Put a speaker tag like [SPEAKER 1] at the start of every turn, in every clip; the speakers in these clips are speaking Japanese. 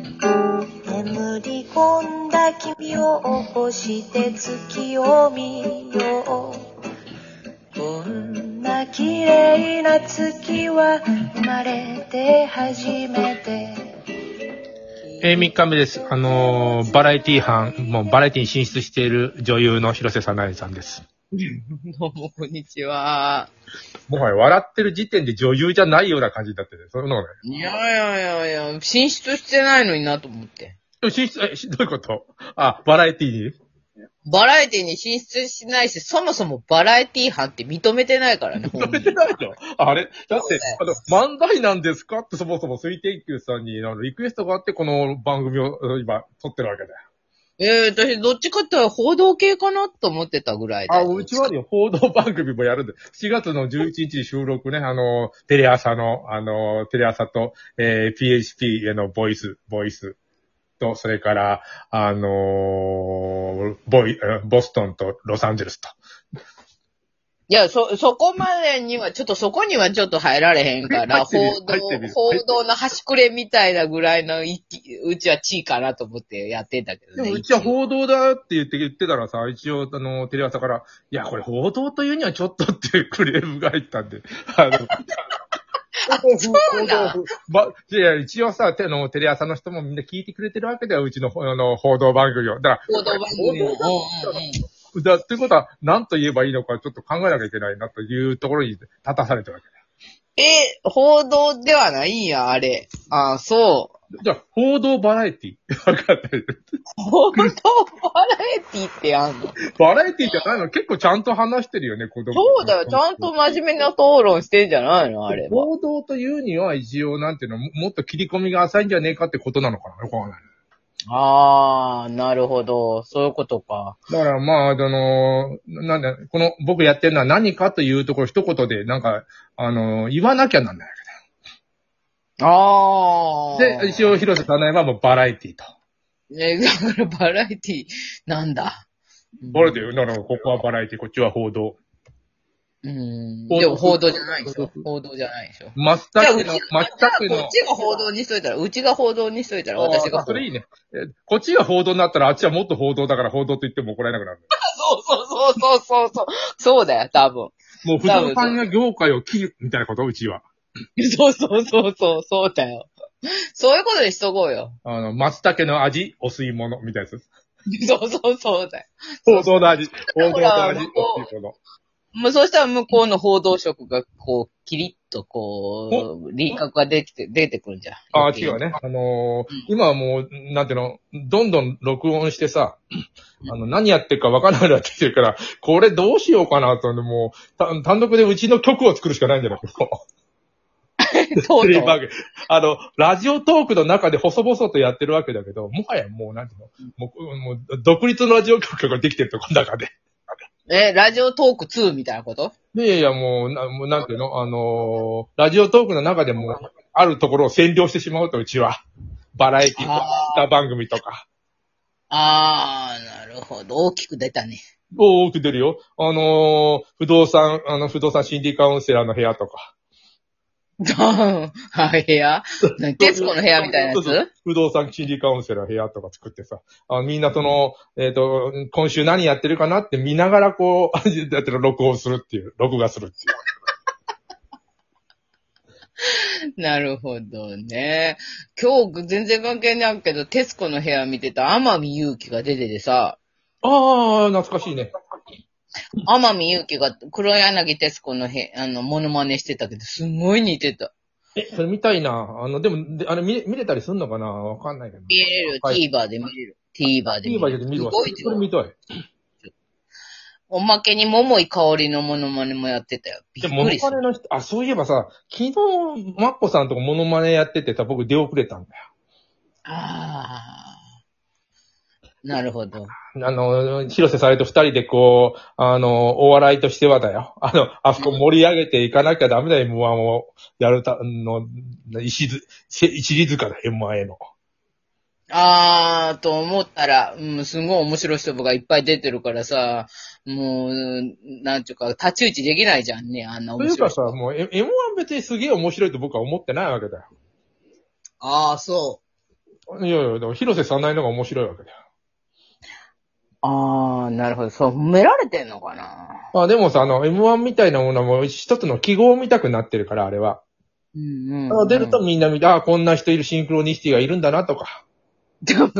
[SPEAKER 1] 眠り込んだ君を起こして月を見ようこんな綺麗な月は生まれて初めて
[SPEAKER 2] えー、3日目です。あのーバラエティ班、もうバラエティに進出している女優の広瀬さなえさんです。
[SPEAKER 3] どうも、こんにちは。
[SPEAKER 2] もはや笑ってる時点で女優じゃないような感じになってて、そのね。
[SPEAKER 3] いやいやいやいや、進出してないのになと思って。
[SPEAKER 2] でも進出、え、しどういうことあ、バラエティに
[SPEAKER 3] バラエティに進出しないし、そもそもバラエティ班って認めてないか らね、
[SPEAKER 2] 認
[SPEAKER 3] 本
[SPEAKER 2] め
[SPEAKER 3] 人
[SPEAKER 2] てないよ。 あれだっ
[SPEAKER 3] そう
[SPEAKER 2] て
[SPEAKER 3] だよ、
[SPEAKER 2] あの、漫才なんですかってそもそも水天宮さんにあのリクエストがあって、この番組をあの今撮ってるわけだよ。
[SPEAKER 3] えー、私、どっちかって報道系かなと思ってたぐらいで。
[SPEAKER 2] あ、うちはね、報道番組もやるんで、7月の11日に収録ね、あの、テレ朝の、あの、テレ朝と、えー PHP へのボイス、ボイスと、それから、あのーボイ、えーボストンとロサンゼルスと。
[SPEAKER 3] いや、そ、そこまでには、ちょっとそこにはちょっと入られへんから、
[SPEAKER 2] 入ってみる
[SPEAKER 3] 報
[SPEAKER 2] 入ってみる
[SPEAKER 3] 道、報道の端くれみたいなぐらいの一気、うちは地位かなと思ってやってたけど
[SPEAKER 2] で
[SPEAKER 3] ね。
[SPEAKER 2] も、うちは報道だって言って、言ってたらさ、一応、あの、テレ朝から、いや、これ報道というにはちょっとっていうクレームが入ったんで、 あの、
[SPEAKER 3] そうなん
[SPEAKER 2] ま、いや、一応さ、てあの、テレ朝の人もみんな聞いてくれてるわけだよ、うちの、あの、報道番組を。だか
[SPEAKER 3] 報道番組の。
[SPEAKER 2] 報道
[SPEAKER 3] うんうんうん
[SPEAKER 2] ら、だ、ということは、何と言えばいいのか、ちょっと考えなきゃいけないな、というところに立たされてるわけだよ。
[SPEAKER 3] え、報道ではないんや、あれ。あ、そ
[SPEAKER 2] じゃあ、報道バラエティわかんない。
[SPEAKER 3] う。報道バラエティってあんの
[SPEAKER 2] バラエティじゃないの結構ちゃんと話してるよね、子供。
[SPEAKER 3] そうだよ、ちゃんと真面目な討論してんじゃないのあれは。
[SPEAKER 2] 報道というには一応なんていうの、ももっと切り込みが浅いんじゃねえかってことなのかなよくわかんない。
[SPEAKER 3] あー、なるほど。そういうことか。
[SPEAKER 2] だからまあ、あの、なんだ、この僕やってるのは何かというところ一言で、なんか、あの、言わなきゃなんない
[SPEAKER 3] あ
[SPEAKER 2] わけ
[SPEAKER 3] ー。
[SPEAKER 2] だよ。で、一応広瀬さないはもうバラエティと。
[SPEAKER 3] ね、だからバラエティなんだ。
[SPEAKER 2] バラエティだからここはバラエティ、こっちは報道。
[SPEAKER 3] うん。
[SPEAKER 2] 報道
[SPEAKER 3] でも報道じゃないでしょ。報道じゃないでしょ。
[SPEAKER 2] 真っ
[SPEAKER 3] じゃあ、
[SPEAKER 2] 先
[SPEAKER 3] うち
[SPEAKER 2] の
[SPEAKER 3] が、、
[SPEAKER 2] 真っ先
[SPEAKER 3] じゃあこ
[SPEAKER 2] の
[SPEAKER 3] っ。ちが報道にしといたら、うちが報道にしといたら、私
[SPEAKER 2] あ
[SPEAKER 3] が
[SPEAKER 2] ーそ
[SPEAKER 3] 報道。
[SPEAKER 2] れいいね。えこっちが報道になったら、あっちはもっと報道だから報道と言っても怒られなくなる。
[SPEAKER 3] そうそうそうそうそう。そうだよ、多分。
[SPEAKER 2] もう不動産や業界を切る、みたいなこと、うちは。
[SPEAKER 3] そうそうそうそう、そうだよ。そういうことにしとこうよ。
[SPEAKER 2] あの、松茸の味、お吸い物、みたいなやつ。
[SPEAKER 3] そうそうそうだよ。
[SPEAKER 2] 報道の味、報道の味、
[SPEAKER 3] ほ
[SPEAKER 2] お
[SPEAKER 3] ら
[SPEAKER 2] 吸い物。
[SPEAKER 3] もうそうしたら向こうの報道色がこう、キリッとこう、輪郭が出てきて、出てくるんじゃん。
[SPEAKER 2] ああ、違うね。あのー今はもう、なんていうの、どんどん録音してさ、あの、何やってるか分からなくなってきてるから、これどうしようかなと、もう、単単独でうちの曲を作るしかないんじゃ ないの
[SPEAKER 3] とう
[SPEAKER 2] テレ
[SPEAKER 3] と
[SPEAKER 2] ビ
[SPEAKER 3] う
[SPEAKER 2] 番組あの、ラジオトークの中で細々とやってるわけだけど、もはやもう、なんていうの、もう、もう独立のラジオ局ができてると、この中で。
[SPEAKER 3] え、ラジオトーク2みたいなこと
[SPEAKER 2] で、いやいや、もう、なもうなんていうの、あのーラジオトークの中でも、あるところを占領してしまうと、うちは。バラエティとか、歌番組とか。
[SPEAKER 3] あー、なるほど。大きく出たね。
[SPEAKER 2] 多く出るよ。あのー不動産、あの、不動産心理カウンセラーの部屋とか。
[SPEAKER 3] はい、部屋何徹子の部屋みたいなや
[SPEAKER 2] そうそう
[SPEAKER 3] つ
[SPEAKER 2] 不動産心理カウンセラーの部屋とか作ってさ。あみんなその、えっ、と、今週何やってるかなって見ながらこう、やってる録音するっていう、録画するっていう。
[SPEAKER 3] なるほどね。今日全然関係ないけど、徹子の部屋見てた天海祐希が出ててさ、
[SPEAKER 2] ああ、懐かしいね。
[SPEAKER 3] 天海祐希が黒柳徹子のへ、あの、モノマネしてたけど、すごい似てた。
[SPEAKER 2] え、それ見たいな。あの、でも、であれ見れ見れたりすんのかなわかんないけど。
[SPEAKER 3] 見れるよ、
[SPEAKER 2] はい
[SPEAKER 3] TVer で見れる。TVer で見
[SPEAKER 2] TVer
[SPEAKER 3] れ
[SPEAKER 2] で
[SPEAKER 3] る。
[SPEAKER 2] 見るわ。
[SPEAKER 3] すごい
[SPEAKER 2] それ見たい。
[SPEAKER 3] おまけに桃井香りのモノマネもやってたよ。び
[SPEAKER 2] で
[SPEAKER 3] っ
[SPEAKER 2] も、モ
[SPEAKER 3] く
[SPEAKER 2] ノ
[SPEAKER 3] りす
[SPEAKER 2] マ
[SPEAKER 3] る。
[SPEAKER 2] ネの人、あ、そういえばさ、昨日、マッコさんとかモノマネやっててさ、僕出遅れたんだよ。
[SPEAKER 3] ああ。なるほど。
[SPEAKER 2] あの、広瀬さんと二人でこう、あの、お笑いとしてはだよ。あの、あそこ盛り上げていかなきゃダメだよ、M1 をやるた、の、石ず、せ一里塚だ、M1 への。
[SPEAKER 3] あー、と思ったら、うん、すごい面白い人がいっぱい出てるからさ、もう、なんちゅうか、立ち打ちできないじゃんね、あんな
[SPEAKER 2] と
[SPEAKER 3] 面
[SPEAKER 2] いう
[SPEAKER 3] 白い
[SPEAKER 2] か
[SPEAKER 3] 人。
[SPEAKER 2] さ、もうえ M1 別にすげえ面白いと僕は思ってないわけだよ。
[SPEAKER 3] あー、そう。
[SPEAKER 2] いやいや、でも広瀬さんないのが面白いわけだよ。
[SPEAKER 3] あー、なるほど。そう、褒められてんのかな
[SPEAKER 2] まあでもさ、あの、M1 みたいなものはもう一つの記号みたくなってるから、あれは。
[SPEAKER 3] うんうん、
[SPEAKER 2] あの出るとみんな見て、ああ、こんな人いる、シンクロニシティがいるんだなとか。
[SPEAKER 3] でも、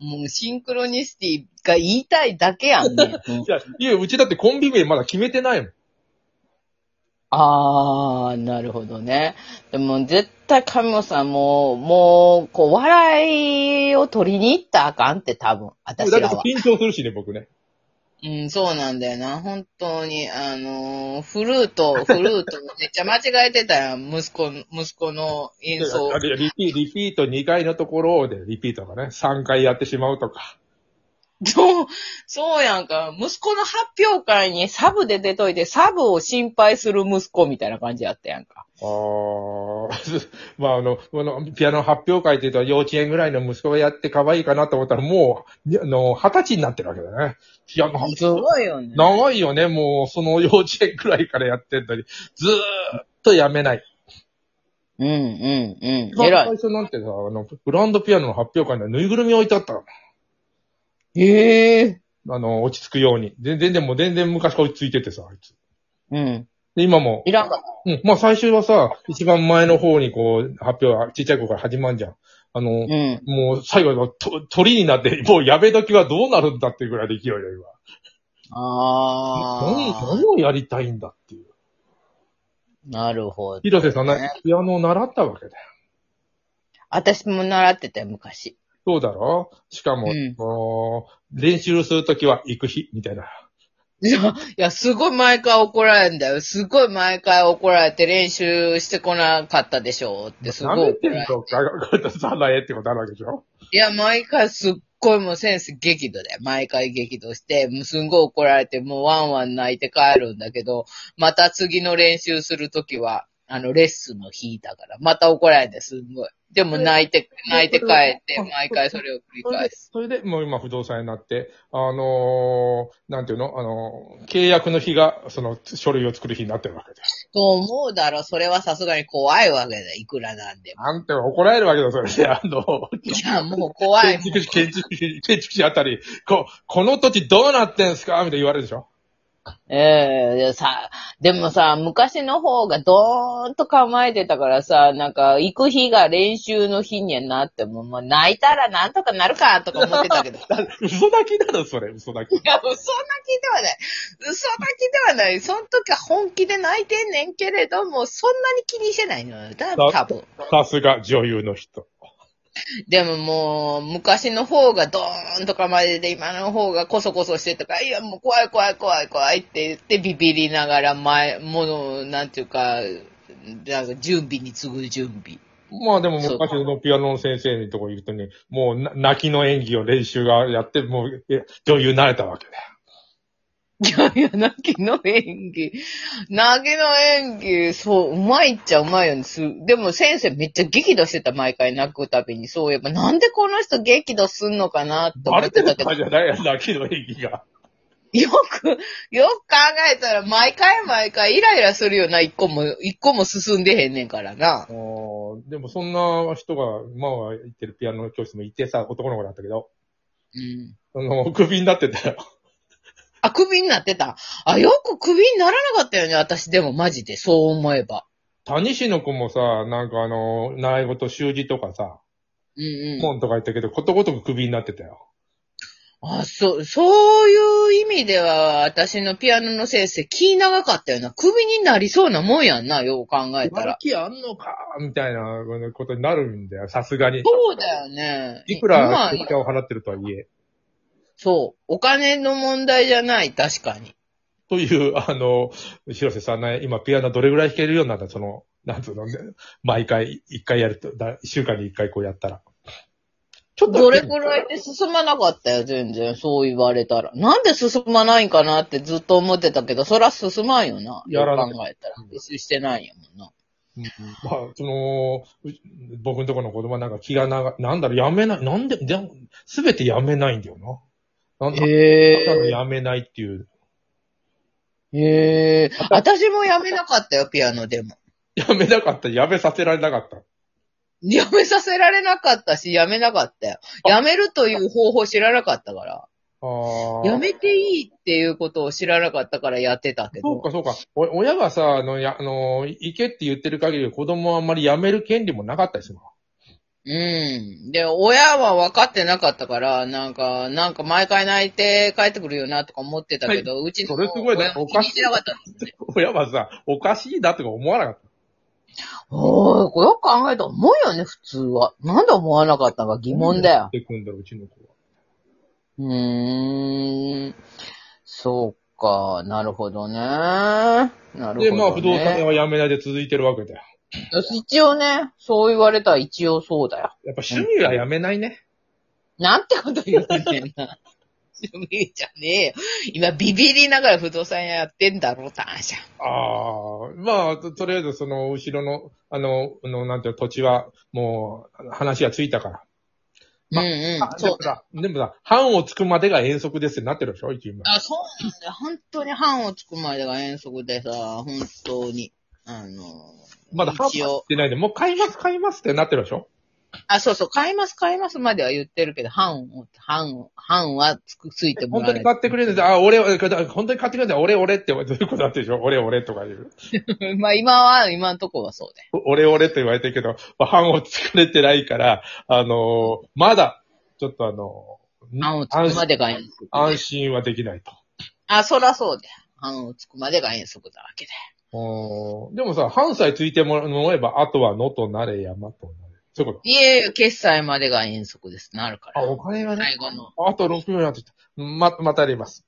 [SPEAKER 3] もうシンクロニシティが言いたいだけやんね。
[SPEAKER 2] いや、いや、うちだってコンビ名まだ決めてないもん。
[SPEAKER 3] あー、なるほどね。でも絶対神本さんもう、もう、こう、笑いを取りに行ったらあかんって多分、
[SPEAKER 2] だ
[SPEAKER 3] 私
[SPEAKER 2] って
[SPEAKER 3] らは。
[SPEAKER 2] 緊張するしね、僕ね。
[SPEAKER 3] うん、そうなんだよな。本当に、あのーフルート、フルート、めっちゃ間違えてたやん。息子、息子の演奏
[SPEAKER 2] あ。れリピリピート2回のところで、リピートがね、3回やってしまうとか。
[SPEAKER 3] そう、そうやんか。息子の発表会にサブで出といて、サブを心配する息子みたいな感じやったやんか。
[SPEAKER 2] ああ、 まああの、このピアノ発表会というと幼稚園ぐらいの息子がやって可愛いかなと思ったら、もう、にあの、二十歳になってるわけだね。ピアノ発
[SPEAKER 3] すごいよね。
[SPEAKER 2] 長いよね、もう、その幼稚園くらいからやってんのに、ずーっとやめない。
[SPEAKER 3] うんうん
[SPEAKER 2] 一
[SPEAKER 3] うん。
[SPEAKER 2] 番
[SPEAKER 3] 偉
[SPEAKER 2] 最
[SPEAKER 3] い。
[SPEAKER 2] 初なんてさ、あの、グランドピアノの発表会にはぬいぐるみ置いてあったの。
[SPEAKER 3] ええ
[SPEAKER 2] あの、落ち着くように。全然、でも全然昔から落ち着いててさ、あいつ。
[SPEAKER 3] うん。
[SPEAKER 2] で、今も、
[SPEAKER 3] いらんかった。
[SPEAKER 2] うん、まあ最初はさ、一番前の方にこう、発表はちっちゃい子から始まんじゃん。あの、
[SPEAKER 3] うん。
[SPEAKER 2] もう最後のと鳥になって、もうやめ時はどうなるんだっていうぐらいで勢いよ、今。何、
[SPEAKER 3] あ
[SPEAKER 2] 何をやりたいんだっていう。
[SPEAKER 3] あ。なるほど。
[SPEAKER 2] 広瀬さんね、ピアノを習ったわけだよ。
[SPEAKER 3] 私も習ってたよ、昔。
[SPEAKER 2] そうだろしかも、
[SPEAKER 3] うん
[SPEAKER 2] もう練習するときは行く日、みたいな。
[SPEAKER 3] いや、いや、すごい毎回怒られるんだよ。すごい毎回怒られて練習してこなかったでしょうって、すご
[SPEAKER 2] ないめ
[SPEAKER 3] 怒
[SPEAKER 2] て
[SPEAKER 3] られ
[SPEAKER 2] ん
[SPEAKER 3] る。
[SPEAKER 2] のか、これさらえってことあるわけでしょ
[SPEAKER 3] いや、毎回すっごいもうセンス激怒だよ。毎回激怒して、もうすんごい怒られて、もうワンワン泣いて帰るんだけど、また次の練習するときは、あの、レッスンの日だから、また怒られて、すんごい。でも泣いて、泣いて帰って、毎回それを繰り
[SPEAKER 2] それ
[SPEAKER 3] 返
[SPEAKER 2] で、
[SPEAKER 3] す。
[SPEAKER 2] それでもう今不動産屋になって、あのーなんていうのあのー契約の日が、その書類を作る日になってるわけで。
[SPEAKER 3] と思うだろ、それはさすがに怖いわけだよ、いくらなんでも。
[SPEAKER 2] なんて怒られるわけだ、それで。あ の、
[SPEAKER 3] いや、もう怖い。
[SPEAKER 2] 建築士、建築士、建築士あたり、こ、この土地どうなってんすかみたいな言われるでしょ
[SPEAKER 3] ええでさ、でもさ、昔の方がどーんと構えてたからさ、なんか、行く日が練習の日にはなっても、もう泣いたらなんとかなるか、とか思ってたけど。い
[SPEAKER 2] だ嘘泣きだろ、それ、嘘泣き。
[SPEAKER 3] や、嘘泣きではない。嘘泣きではない。その時は本気で泣いてんねんけれども、そんなに気にしてないのよ。だ多分。
[SPEAKER 2] さすが女優の人。
[SPEAKER 3] でももう、昔の方がドーンと構えてて、今の方がコソコソしてとか、いやもう怖い怖い怖い怖いって言ってビビりながら前、もの、なんていうか、なんか準備に次ぐ準備。
[SPEAKER 2] まあでも昔のピアノの先生のとこ行くとね、もうな泣きの演技を練習がやって、もうえ女優になれたわけだよ。
[SPEAKER 3] いやいや、泣きの演技。泣きの演技、そう、うまいっちゃうまいよね。すでも先生めっちゃ激怒してた、毎回泣くたびに。そういえば、なんでこの人激怒すんのかなって
[SPEAKER 2] バ
[SPEAKER 3] 思っ
[SPEAKER 2] レて
[SPEAKER 3] てた
[SPEAKER 2] る
[SPEAKER 3] け
[SPEAKER 2] から。じ
[SPEAKER 3] ど
[SPEAKER 2] ゃ ないや、泣きの演技が。
[SPEAKER 3] よく、よく考えたら、毎回毎回イライラするよな、一個も、一個も進んでへんねんからな
[SPEAKER 2] あ。ーでもそんな人が、まあ行ってるピアノ教室もいてさ、男の子だったけど、
[SPEAKER 3] うん。
[SPEAKER 2] あの、 クビになってたよ。
[SPEAKER 3] あ、クビになってた。あ、よくクビにならなかったよね、私でもマジで、そう思えば。
[SPEAKER 2] 谷氏の子もさ、なんかあの、習い事、習字とかさ、
[SPEAKER 3] うんうん。
[SPEAKER 2] 本とか言ったけど、ことごとくクビになってたよ。
[SPEAKER 3] あ、そう、そういう意味では、私のピアノの先生、気長かったよな。クビになりそうなもんやんな、よう考えたら。
[SPEAKER 2] 気あんのかみたいなことになるんだよ、さすがに。
[SPEAKER 3] そうだよね。
[SPEAKER 2] いく
[SPEAKER 3] ま
[SPEAKER 2] ら、
[SPEAKER 3] あ
[SPEAKER 2] いくらを払ってるとはいえ。
[SPEAKER 3] そう。お金の問題じゃない、確かに。
[SPEAKER 2] という、 あの、広瀬さんね、今ピアノどれぐらい弾けるようになったその、なんつうのね、毎回、一回やると、だ一週間に一回こうやったら。ちょっと
[SPEAKER 3] どれくらいで進まなかったよ、全然。そう言われたら。なんで進まないんかなってずっと思ってたけど、そら進まんよな。
[SPEAKER 2] やらない
[SPEAKER 3] よく考えたら。練習してないんやもんな。
[SPEAKER 2] まあ、その、う僕のところの子供はなんか気がなが、なんだろう、やめない、なんで、すべてやめないんだよな。なんだ、
[SPEAKER 3] へ
[SPEAKER 2] ただ
[SPEAKER 3] え
[SPEAKER 2] やめないっていう。
[SPEAKER 3] ー。へえー。私もやめなかったよ、ピアノでも。
[SPEAKER 2] やめなかった、やめさせられなかった。
[SPEAKER 3] やめさせられなかったし、やめなかったよ。やめるという方法知らなかったから。
[SPEAKER 2] ああ。
[SPEAKER 3] やめていいっていうことを知らなかったからやってたけ
[SPEAKER 2] そう
[SPEAKER 3] ど。
[SPEAKER 2] か、そうか。お親がさ、あの、や、あの、行けって言ってる限り子供はあんまりやめる権利もなかったりします。
[SPEAKER 3] うん。で、親は分かってなかったから、なんか、なんか毎回泣いて帰ってくるよなとか思ってたけど、うちの
[SPEAKER 2] それすごいね
[SPEAKER 3] 親は気にしてなかった。
[SPEAKER 2] 親はさ、おかしいなとか思わなかっ
[SPEAKER 3] おーこれよく考えたら思うよね、普通は。なんで思わなかったのか
[SPEAKER 2] た。
[SPEAKER 3] 疑問だよ。
[SPEAKER 2] 出てくんだろう、うちの子は。
[SPEAKER 3] うーん。そうか、なるほどね。なるほど、ね。
[SPEAKER 2] で、まあ、不動産屋はやめないで続いてるわけだよ。
[SPEAKER 3] 一応ね、そう言われたら一応そうだよ。
[SPEAKER 2] やっぱ趣味はやめないね。
[SPEAKER 3] なんてこと言うねん な。趣味じゃねえよ。今、ビビりながら不動産屋やってんだろ、ターシャン。
[SPEAKER 2] ああ、まあと、とりあえずその、後ろの、あの、あのなんていうの土地は、もう、話がついたから。ま
[SPEAKER 3] うんうん。そうだ。
[SPEAKER 2] だ。でもさ、班をつくまでが遠足ですってなってるでしょ、一応今。
[SPEAKER 3] あ、そうなんだよ。本当に班をつくまでが遠足でさ、本当に。あの、
[SPEAKER 2] まだ班
[SPEAKER 3] 一応
[SPEAKER 2] はってないで、もう買います、買いますってなってるでしょ
[SPEAKER 3] あ、そうそう、買います、買いますまでは言ってるけど、半を、半を、半はつく、ついても
[SPEAKER 2] 本
[SPEAKER 3] ら
[SPEAKER 2] 当
[SPEAKER 3] え
[SPEAKER 2] に
[SPEAKER 3] な
[SPEAKER 2] 買ってくれるんです。あ、俺、俺本当に買ってくれるんだ。俺、俺って、どういうことだってでしょ俺、俺とか言う。
[SPEAKER 3] い。まあ今は、今のとこはそうだよ。
[SPEAKER 2] 俺、俺と言われてるけど、まあ、班を作れてないから、あのーまだ、ちょっとあの
[SPEAKER 3] 半をつ
[SPEAKER 2] 安
[SPEAKER 3] くま
[SPEAKER 2] 心
[SPEAKER 3] でが遠足。
[SPEAKER 2] 安心はできないと。
[SPEAKER 3] あ、そらそうだよ。半をつくまでが遠足だわけだよ。
[SPEAKER 2] おーでもさ、半歳ついてもらえば、あとは野となれ、山となれ。そういうこ
[SPEAKER 3] いえいえ、決済までが遠足です。なるか
[SPEAKER 2] と。あ、
[SPEAKER 3] ら。
[SPEAKER 2] お金はね、
[SPEAKER 3] 最後の。
[SPEAKER 2] あと6秒やってきた。ま、またやります。